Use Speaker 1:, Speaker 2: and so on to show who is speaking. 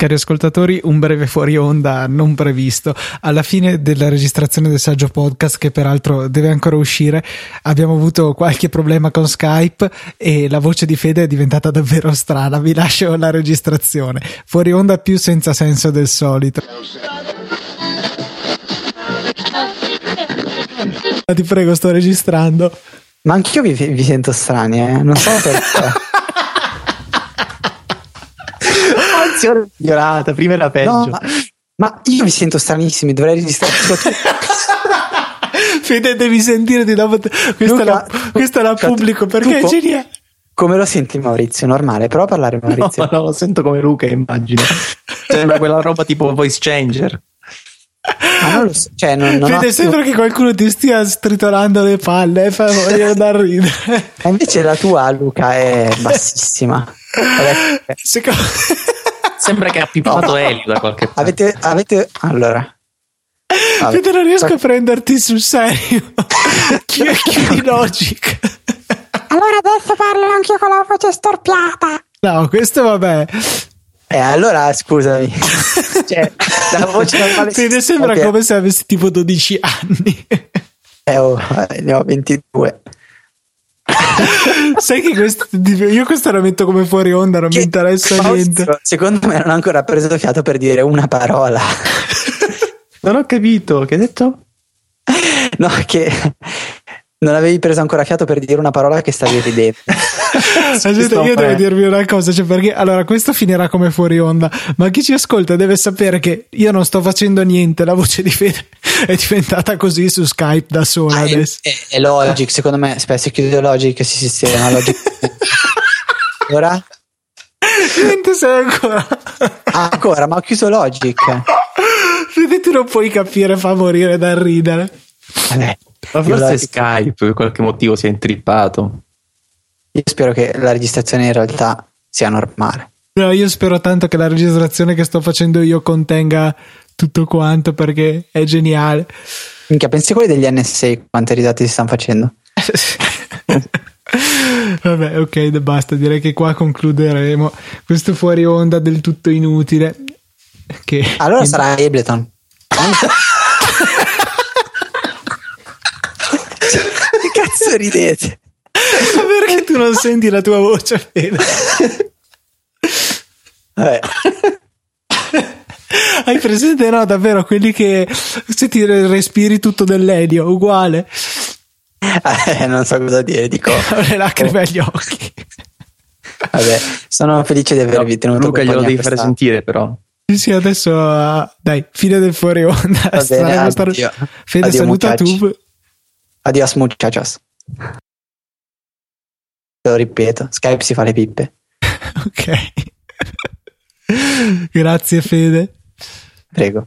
Speaker 1: Cari ascoltatori, un breve fuori onda non previsto. Alla fine della registrazione del saggio podcast, che peraltro deve ancora uscire, abbiamo avuto qualche problema con Skype e la voce di Fede è diventata davvero strana. Vi lascio la registrazione. Fuori onda più senza senso del solito. Ma Ah, Ti prego, sto registrando.
Speaker 2: Ma anch'io vi, vi sento strani, eh? Non so perché. Anzi, ora è migliorata, prima era peggio. ma, ma io vi sento stranissimi, dovrei registrare tutto
Speaker 1: Fede, devi sentirti dopo. Questa,
Speaker 2: Luca,
Speaker 1: la, questa la
Speaker 2: cioè,
Speaker 1: pubblico
Speaker 2: tu
Speaker 1: perché è
Speaker 2: po-
Speaker 1: geniale.
Speaker 2: Come lo senti Maurizio? Normale, prova a parlare Maurizio.
Speaker 3: No, no, lo sento come Luca, immagino. Sembra quella roba tipo voice changer.
Speaker 2: Ma non lo so, cioè, non, non ho
Speaker 1: Fede,
Speaker 2: più-
Speaker 1: sembra che qualcuno ti stia stritolando le palle, eh, fa morire da ridere.
Speaker 2: E invece la tua, Luca, è bassissima. Ed è-
Speaker 1: Secondo...
Speaker 3: Sembra che ha pippato Elio da qualche parte.
Speaker 2: Avete, avete... Allora. Vabbè.
Speaker 1: Fede, non riesco a prenderti sul serio. Chi è chi logic?
Speaker 4: Allora adesso parlo anche con la voce storpiata.
Speaker 1: No, questo vabbè.
Speaker 2: Eh, allora, scusami. cioè, la voce normale...
Speaker 1: Fede, sembra
Speaker 2: Vabbè.
Speaker 1: come se avessi tipo 12 anni.
Speaker 2: Eh, oh, ne ho 22.
Speaker 1: Sai che questo, io questo lo metto come fuori onda, non
Speaker 2: Cioè,
Speaker 1: mi interessa
Speaker 2: Maurizio,
Speaker 1: niente.
Speaker 2: Secondo me non ho ancora preso fiato per dire una parola.
Speaker 3: Non ho capito, che hai detto?
Speaker 2: No, che non avevi preso ancora fiato per dire una parola che stavi ridendo.
Speaker 1: Aspetta,
Speaker 3: Sto
Speaker 1: Cioè, io devo
Speaker 3: pre-
Speaker 1: dirvi una cosa, cioè perché allora questo finirà come fuori onda, ma chi ci ascolta deve sapere che io non sto facendo niente, la voce di Fede è diventata così su Skype da sola
Speaker 2: Ah, è,
Speaker 1: adesso.
Speaker 2: è- è Logic, secondo me spesso chiude Logic e si sistema Logic. Allora?
Speaker 1: Niente sei ancora.
Speaker 2: Ah, ancora, ma ho chiuso Logic.
Speaker 1: Fede tu non puoi capire, fa morire dal ridere.
Speaker 2: Vabbè, io,
Speaker 3: Ma forse
Speaker 2: Logic-
Speaker 3: Skype per qualche motivo si è intrippato.
Speaker 2: io spero che la registrazione in realtà sia normale.
Speaker 1: No, io spero tanto che la registrazione che sto facendo io contenga tutto quanto perché è geniale.
Speaker 2: Minchia, pensi quelli degli NSA quante risate si stanno facendo?
Speaker 1: Vabbè, ok, de- basta. Direi che qua concluderemo questo fuori onda del tutto inutile. Che
Speaker 2: Allora sarà Ableton. che cazzo ridete?
Speaker 1: perché tu non senti la tua voce, Fede?
Speaker 2: Vabbè.
Speaker 1: Hai presente, no? Davvero quelli che se ti re- respiri tutto dell'elio, uguale,
Speaker 2: Eh, non so cosa dire, dico.
Speaker 1: Ho le
Speaker 2: Oh.
Speaker 1: lacrime agli occhi.
Speaker 2: Vabbè, sono felice di avervi tenuto
Speaker 3: Luca glielo
Speaker 2: compagnia
Speaker 3: devi
Speaker 2: questa-
Speaker 3: fare sentire però.
Speaker 1: Sì, sì, adesso ah, dai, fine del fuori onda.
Speaker 2: bene,
Speaker 1: Saremo star-
Speaker 2: addio.
Speaker 1: Fede,
Speaker 2: Addio,
Speaker 1: saluta
Speaker 2: muchachi.
Speaker 1: tu.
Speaker 2: Adios muchachos. Te lo ripeto, Skype si fa le pippe.
Speaker 1: Ok. Grazie, Fede.
Speaker 2: Prego.